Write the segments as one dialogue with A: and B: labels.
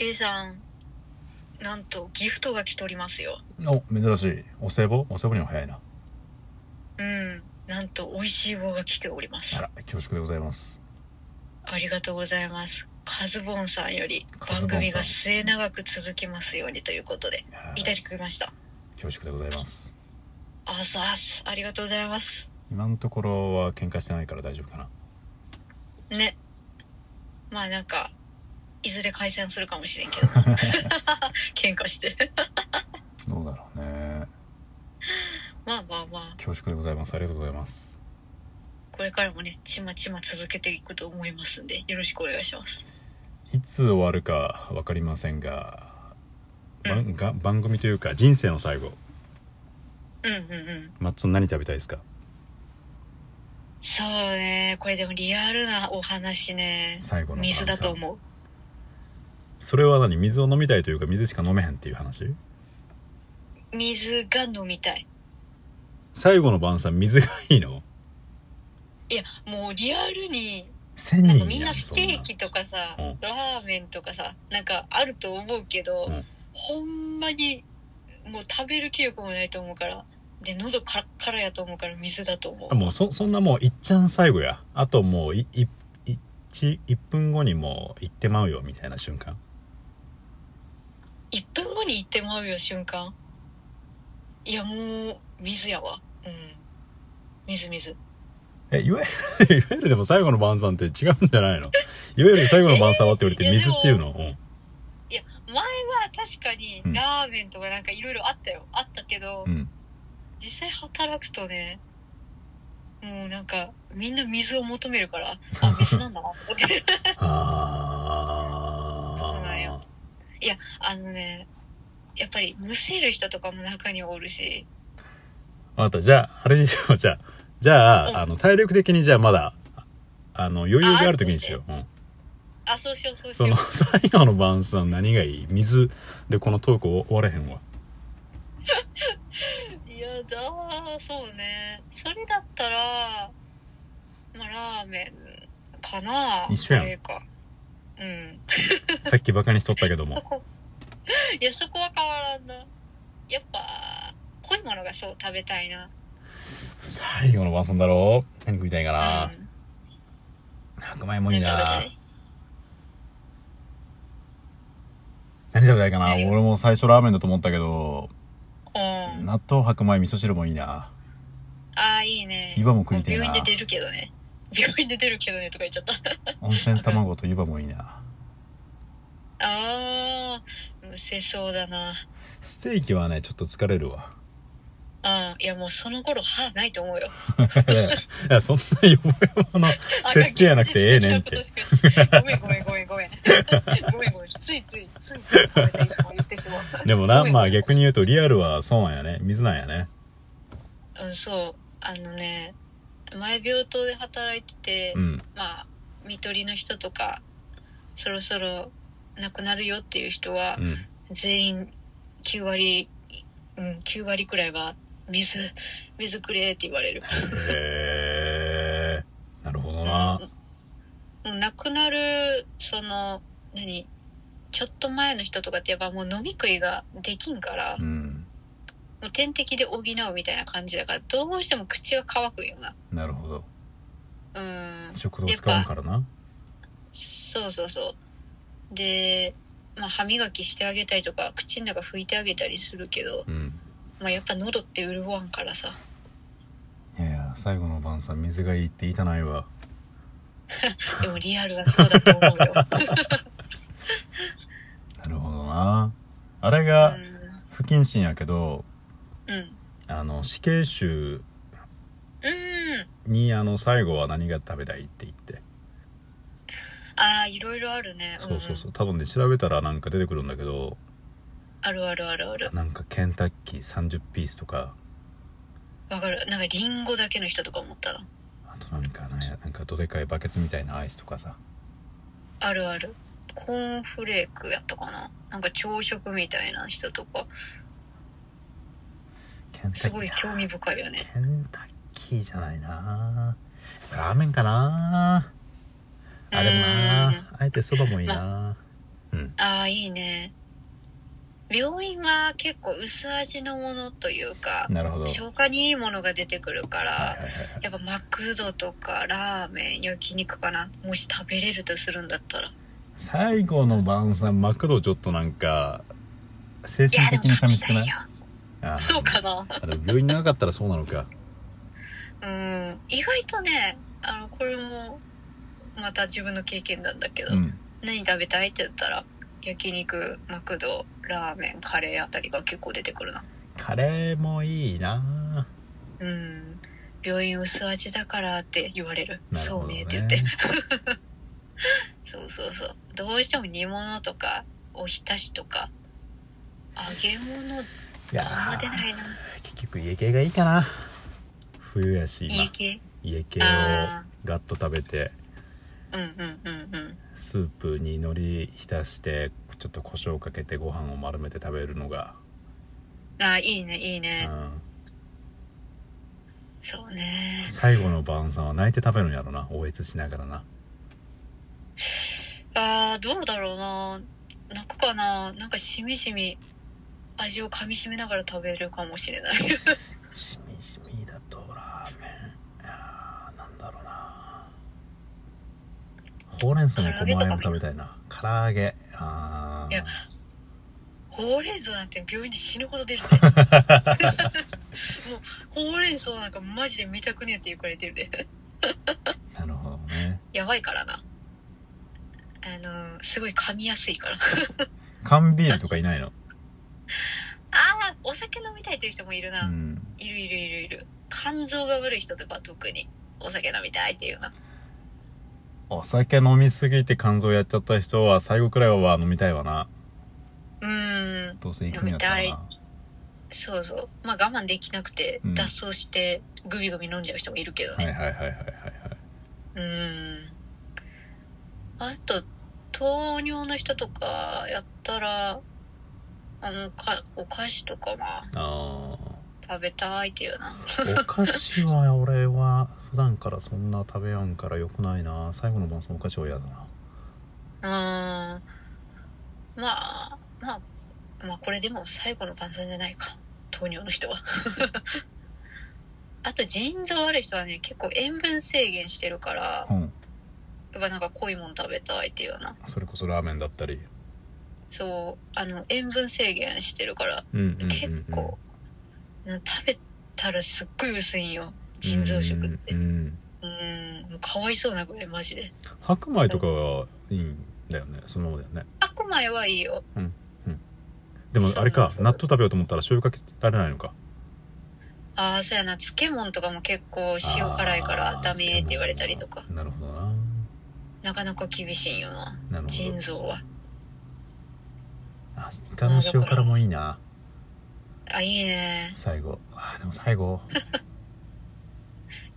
A: A さんなんとギフトが来ておりますよ
B: お珍しいお歳暮お歳暮には早いな
A: うんなんと美味しい棒が来ておりま
B: あ
A: す
B: ら恐縮でございます
A: ありがとうございますカズボンさんより
B: カズ
A: 番
B: ボ
A: 組
B: ンさん
A: が末永く続きますようにということで
B: やー
A: いただきました
B: 恐縮でございます
A: あざーすありがとうございます
B: 今のところは喧嘩してないから大丈夫かな
A: ねまあなんかいずれ解散するかもしれん けど喧嘩して
B: どうだろうね
A: まあまあまあ
B: 恐縮でございますありがとうございます
A: これからもねちまちま続けていくと思いますんでよろしくお願いします
B: いつ終わるか分かりませんが
A: う
B: 番が番組というか人生の最後
A: うんうんうん
B: マッツン何食べたいですか
A: そうねこれでもリアルなお話ね
B: 最後の晩
A: 水
B: 餐
A: だと思う
B: それは何水を飲みたいというか水しか飲めへんっていう話
A: 水が飲みたい
B: 最後の晩餐水がいいの
A: いやもうリアルに
B: 1000
A: なんか
B: 人
A: みん
B: や
A: なステー
B: そん
A: キとかさ
B: うん
A: ラーメンとかさなんかあると思うけど、
B: うん
A: ほんまにもう食べる気力もないと思うからで喉カラッカラやと思うから水だと思う
B: あもうそそんなもういっちゃん最後やあともういいいち1分後にもう行ってまうよみたいな瞬間
A: 1分後に行ってまうよ瞬間いやもう水やわうん水水
B: えいわ ゆるいわゆるでも最後の晩餐って違うんじゃ ないのいわゆる最後の晩餐はって言われて
A: えー
B: 水っていうの、うん
A: いや前は確かに
B: うん
A: ラーメンとかなんかいろいろあったよあったけど、
B: うん
A: 実際働くとねもうなんかみんな水を求める からあ水なんだなと思って
B: あ
A: そうなん
B: ー
A: よいやあのねやっぱりむせる人とかも中におるし
B: わかったじゃああれにしようじゃあじゃあ,、
A: うん
B: あの体力的にじゃあまだあの余裕がある時にしよう、うん、
A: あそうしようそうし
B: そ
A: よ
B: の
A: う
B: 最後の晩餐何がいい水でこのトーク終われへんわ
A: いやだーそうねそれだったらまあラーメンかな
B: 一緒やん
A: これかうん
B: さっきバカにしとったけども
A: そこ いやそこは変わらんなやっぱ濃いものがそう食べたいな
B: 最後の晩餐だろ何食いたいかな、
A: うん
B: 白米もいい
A: 何食べ
B: な
A: たい
B: 何食べたいかな
A: 何
B: 俺
A: が
B: も最初ラーメンだと思ったけど
A: うん
B: 納豆白米味噌汁もいいな
A: ああいいね
B: 湯葉も食いてえな
A: もう病院で出るけどね 病院で出るけどねとか言っちゃった
B: 温泉卵と湯葉もいいな
A: ああむせそうだな
B: ステーキはねちょっと疲れ るわ
A: あーいやもうその頃歯ないと思 うよ
B: いやそんなよぼよぼの設定やなくてええねんって
A: ごめんごめんごめんご めん。ごめんごめん。ついつい、ついついそれでいつも言ってしまう。
B: でもなまあ
A: に。
B: 逆に言うとリアルは損やね水なんやね
A: うん、そう。あのね、前病棟で働いてて、
B: うん
A: まあ、看取りの人とか、そろそろ亡くなるよっていう人は
B: う、ん
A: 全員9割、うん、9割くらいは、水、水くれって言われる。
B: へえなるほどな
A: もう亡くなるその何ちょっと前の人とかってやっぱもう飲み食いができんから、
B: うん
A: もう点滴で補うみたいな感じだからどうしても口が乾くんよな
B: なるほど
A: うん
B: 食堂使うんからな
A: そうそうそうで、まあ、歯磨きしてあげたりとか口の中拭いてあげたりするけど、
B: うん
A: まあ、やっぱ喉って潤わんからさ
B: いやいや最後の晩さ水がいいって言いたないわ
A: でもリアルはそうだと思うよ、
B: なるほどなあれ
A: う
B: が
A: ん
B: 不謹慎やけど
A: うん
B: あの死刑囚
A: うん
B: にあの最後は何が食べたいって言って
A: ああいろいろあるね、
B: そうそうそうう多分ね調べたらなんか出てくるんだけど
A: ん、あるあるあるある
B: なんかケンタッキー30ピースとか
A: わかるなんかリンゴだけの人とか思ったな
B: あとなんかねなんかどでかいバケツみたいなアイスとかさ
A: あるあるコーンフレークやったかななんか朝食みたいな人とか
B: ケンタ
A: す
B: ッキ
A: ご
B: ー
A: い興味深いよね
B: ケンタッキーじゃないなラーメンかなあでも
A: うーん
B: なあえてそばもいいな、うん
A: ああ、いいね。病院は結構薄味のものというか、
B: なるほどはい
A: 消化にいいものが出てくるか
B: はい
A: ら、
B: はいはい
A: やっぱマクドとかラーメン、焼肉かな。もし食べれるとするんだったら。
B: 最後の晩餐マクドちょっとなんか精
A: いや、
B: 神
A: でも
B: 的に
A: 食
B: 寂
A: べ
B: しく
A: た
B: ないい
A: よ。
B: あー
A: そうかな。
B: あの病院長かったらそうなのか
A: うん。意外とね、あの、これも、また自分の経験なんだけど、
B: うん
A: 何食べたいって言ったら、焼肉、マクド、ラーメン、カレーあたりが結構出てくるな。
B: カレーもいいな
A: うん。病院薄味だからって言われる。
B: なる
A: そ
B: ほ
A: う
B: ど
A: ね
B: ね
A: って言って。そうそうそう。どうしても煮物とか、おひたしとか、揚げ物
B: いや
A: あんま出
B: ー
A: ないな。
B: 結局家系がいいかな冬やし今
A: 家系
B: 家系を
A: あ
B: ガッと食べて
A: うんうんうんうん。
B: スープに海苔浸してちょっと胡椒かけてご飯を丸めて食べるのが、
A: あーいいね、いいうね。
B: ん、
A: そうね。
B: 最後の晩餐は泣いて食べるんやろなおえつしながらな
A: ああ、どうだろうな。泣くかな。なんかしみしみ、味を噛みしめながら食べるかもしれない。
B: しみしみだとラーメンあーなんだろうなほうれん草の小前も食べたいな唐揚げあ
A: い
B: ー
A: やほうれん草なんて病院で死ぬほど出るぜ。もう、ほうれん草なんかマジで見たくねえって言うくらい出るで。
B: なるほどね
A: やばいからな。あのー、すごい噛みやすいから。
B: 缶ビールとかいないの
A: ああ、お酒飲みたいという人もいる
B: う
A: な。
B: ん
A: いるいるいるいる。肝臓が悪い人とかは特にお酒飲みたいっていうな。
B: お酒飲みすぎて肝臓やっちゃった人は最後くらいは飲みたいわな
A: うーん、
B: どうせ行くんやったら
A: 飲み
B: な
A: そうそう。まあ我慢できなくて
B: うん
A: 脱走してグビグビ飲んじゃう人もいるけど
B: はい
A: ね。
B: はいはいはいはいはいう
A: ーん。あと、糖尿の人とかやったら、あの、か、お菓子とかまあ
B: あ
A: 食べたいっていうな。
B: ーお菓子は俺は普段からそんな食べやんからよくないな最後の晩餐お菓子は嫌だな
A: うーん。まあ、まあ、まあこれでも最後の晩餐じゃないか。糖尿の人は。 あと腎臓悪い人はね、結構塩分制限してるから、
B: うん
A: やっぱなんか濃いもん食べたいっていうような。
B: それこそラーメンだったり
A: そう、あの、塩分制限してるから、
B: うんうんうんうん
A: 結構、な食べたらすっごい薄いんよ。腎臓食って。
B: う
A: うん
B: うん
A: ん、もうかわいそうなぐらい、マジで。
B: 白米とかはいいんだよねそのままだよね
A: 白米はいいよ。
B: でもあれか
A: そうそうそう
B: 納豆食べようと思ったら醤油かけられないのか
A: ああ、そうやな。漬物とかも結構塩辛いから
B: あー
A: ダメって言われたりとか。
B: なるほどな
A: なかなか厳しいんよな。
B: なるほ
A: 腎
B: ど
A: 臓は。
B: あイカの塩辛もいいな
A: あ、いいね。
B: 最後あーでも最後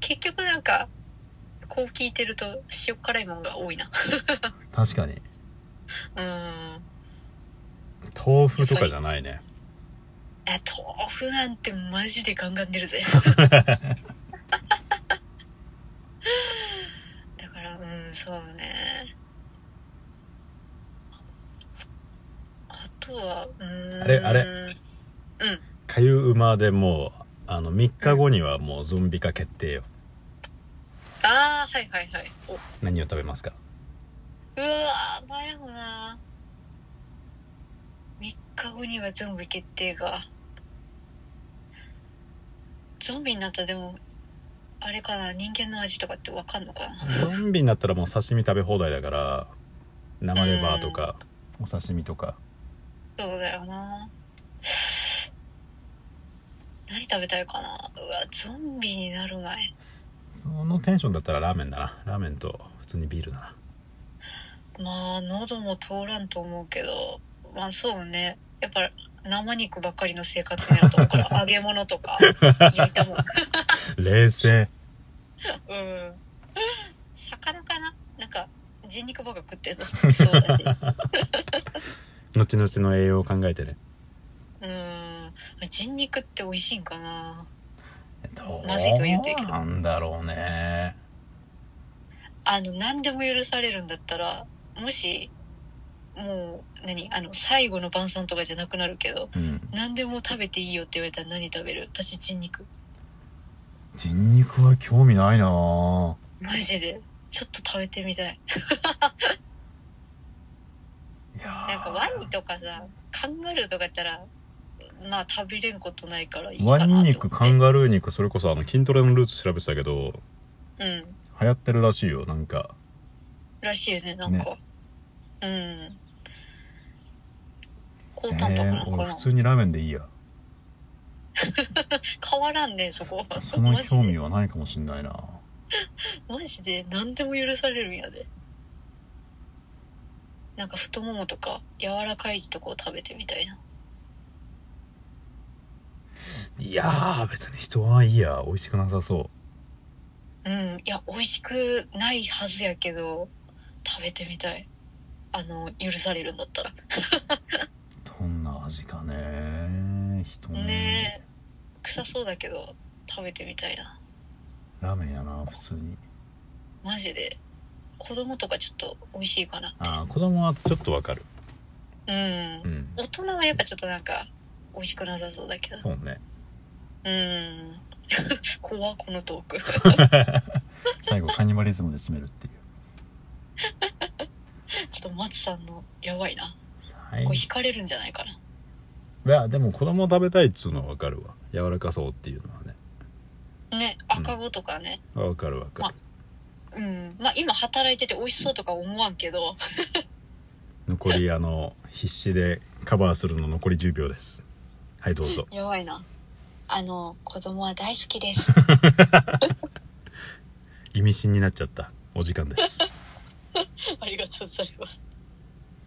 A: 結局なんか、こう聞いてると塩辛いもんが多いな。
B: 確かに
A: うん。
B: 豆腐とかじゃないね
A: え豆腐なんてマジでガンガン出るぜだからうんそうねあとはうん
B: あれあれ
A: うん
B: かゆうまでもうあの3日後にはもうゾンビ化決定よ
A: ああはいはいはいおう
B: 何を食べますか
A: わー悩むな3日後にはゾンビ決定がゾンビになったらでもあれかな人間の味とかってわかんのかな
B: ゾンビになったらもう刺身食べ放題だから生レバーとかお刺身とか
A: そうだよな。何食べたいかな。うわ、ゾンビになる前。
B: そのテンションだったらラーメンだなラーメンと普通にビールだな
A: まあ、喉も通らんと思うけど、まあそうね。やっぱ生肉ばっかりの生活になると思う から、揚げ物とか、焼いたもん。
B: 冷静
A: うん。魚かななんか、人肉ばっか食ってるの。そう だし。
B: 後々の栄養を考えてね
A: うん。人肉って美味しいんかな。
B: ど
A: まずいと言うていいけど
B: なんだろうね
A: あの、何でも許されるんだったら、もし、もう何あの最後の晩餐とかじゃなくなるけど
B: うん
A: 何でも食べていいよって言われたら何食べる私人肉
B: 人肉は興味ないなぁ
A: マジでちょっと食べてみたい
B: いやー
A: なんかワニとかさカンガルーとかやったらまあ食べれんことないからいいか
B: ワ
A: なと
B: ニ
A: 思って
B: 肉カンガルー肉それこそあの筋トレのルーツ調べてたけど
A: うん
B: 流行ってるらしいよなんから
A: しいよねなんか、うん高タンパクなのか
B: 俺
A: な、
B: 普通にラーメンでいいや
A: 変わらんねそこ
B: その
A: マジ
B: 興味はないかもしんないな
A: マジで何でも許されるんやでなんか太ももとか柔らかいとこを食べてみたいない
B: やー別に人はいいや美味しくなさそ
A: うんいや美味しくないはずやけど食べてみたいあの許されるんだったら
B: うどんな味かね人に
A: ねえ臭そうだけど食べてみたいな
B: ラーメンやな普通に
A: マジで子供とかちょっと美味しいかな
B: ああ子供はちょっとわかる
A: うん
B: うん
A: 大人はやっぱちょっとなんか美味しくなさそうだけど
B: そうね
A: うーん 怖っこのトー ク
B: 最後カニバリズムで締めるっていう
A: ちょっと松さんのやばいな
B: 最
A: こ
B: 後
A: れ
B: い
A: 惹かれるんじゃないかな
B: やでも子供食べたいっつうのはわかるわ柔らかそうっていうのはね
A: ね
B: うん
A: 赤子とかね
B: わかるわかる
A: うん、まあ今働いてて美味しそうとか思わんけど
B: 残りあの必死でカバーするの残り10秒ですはいどう ぞ
A: やばいなあの子供は大好きです
B: 意味深になっちゃったお時間です
A: ありがとうございます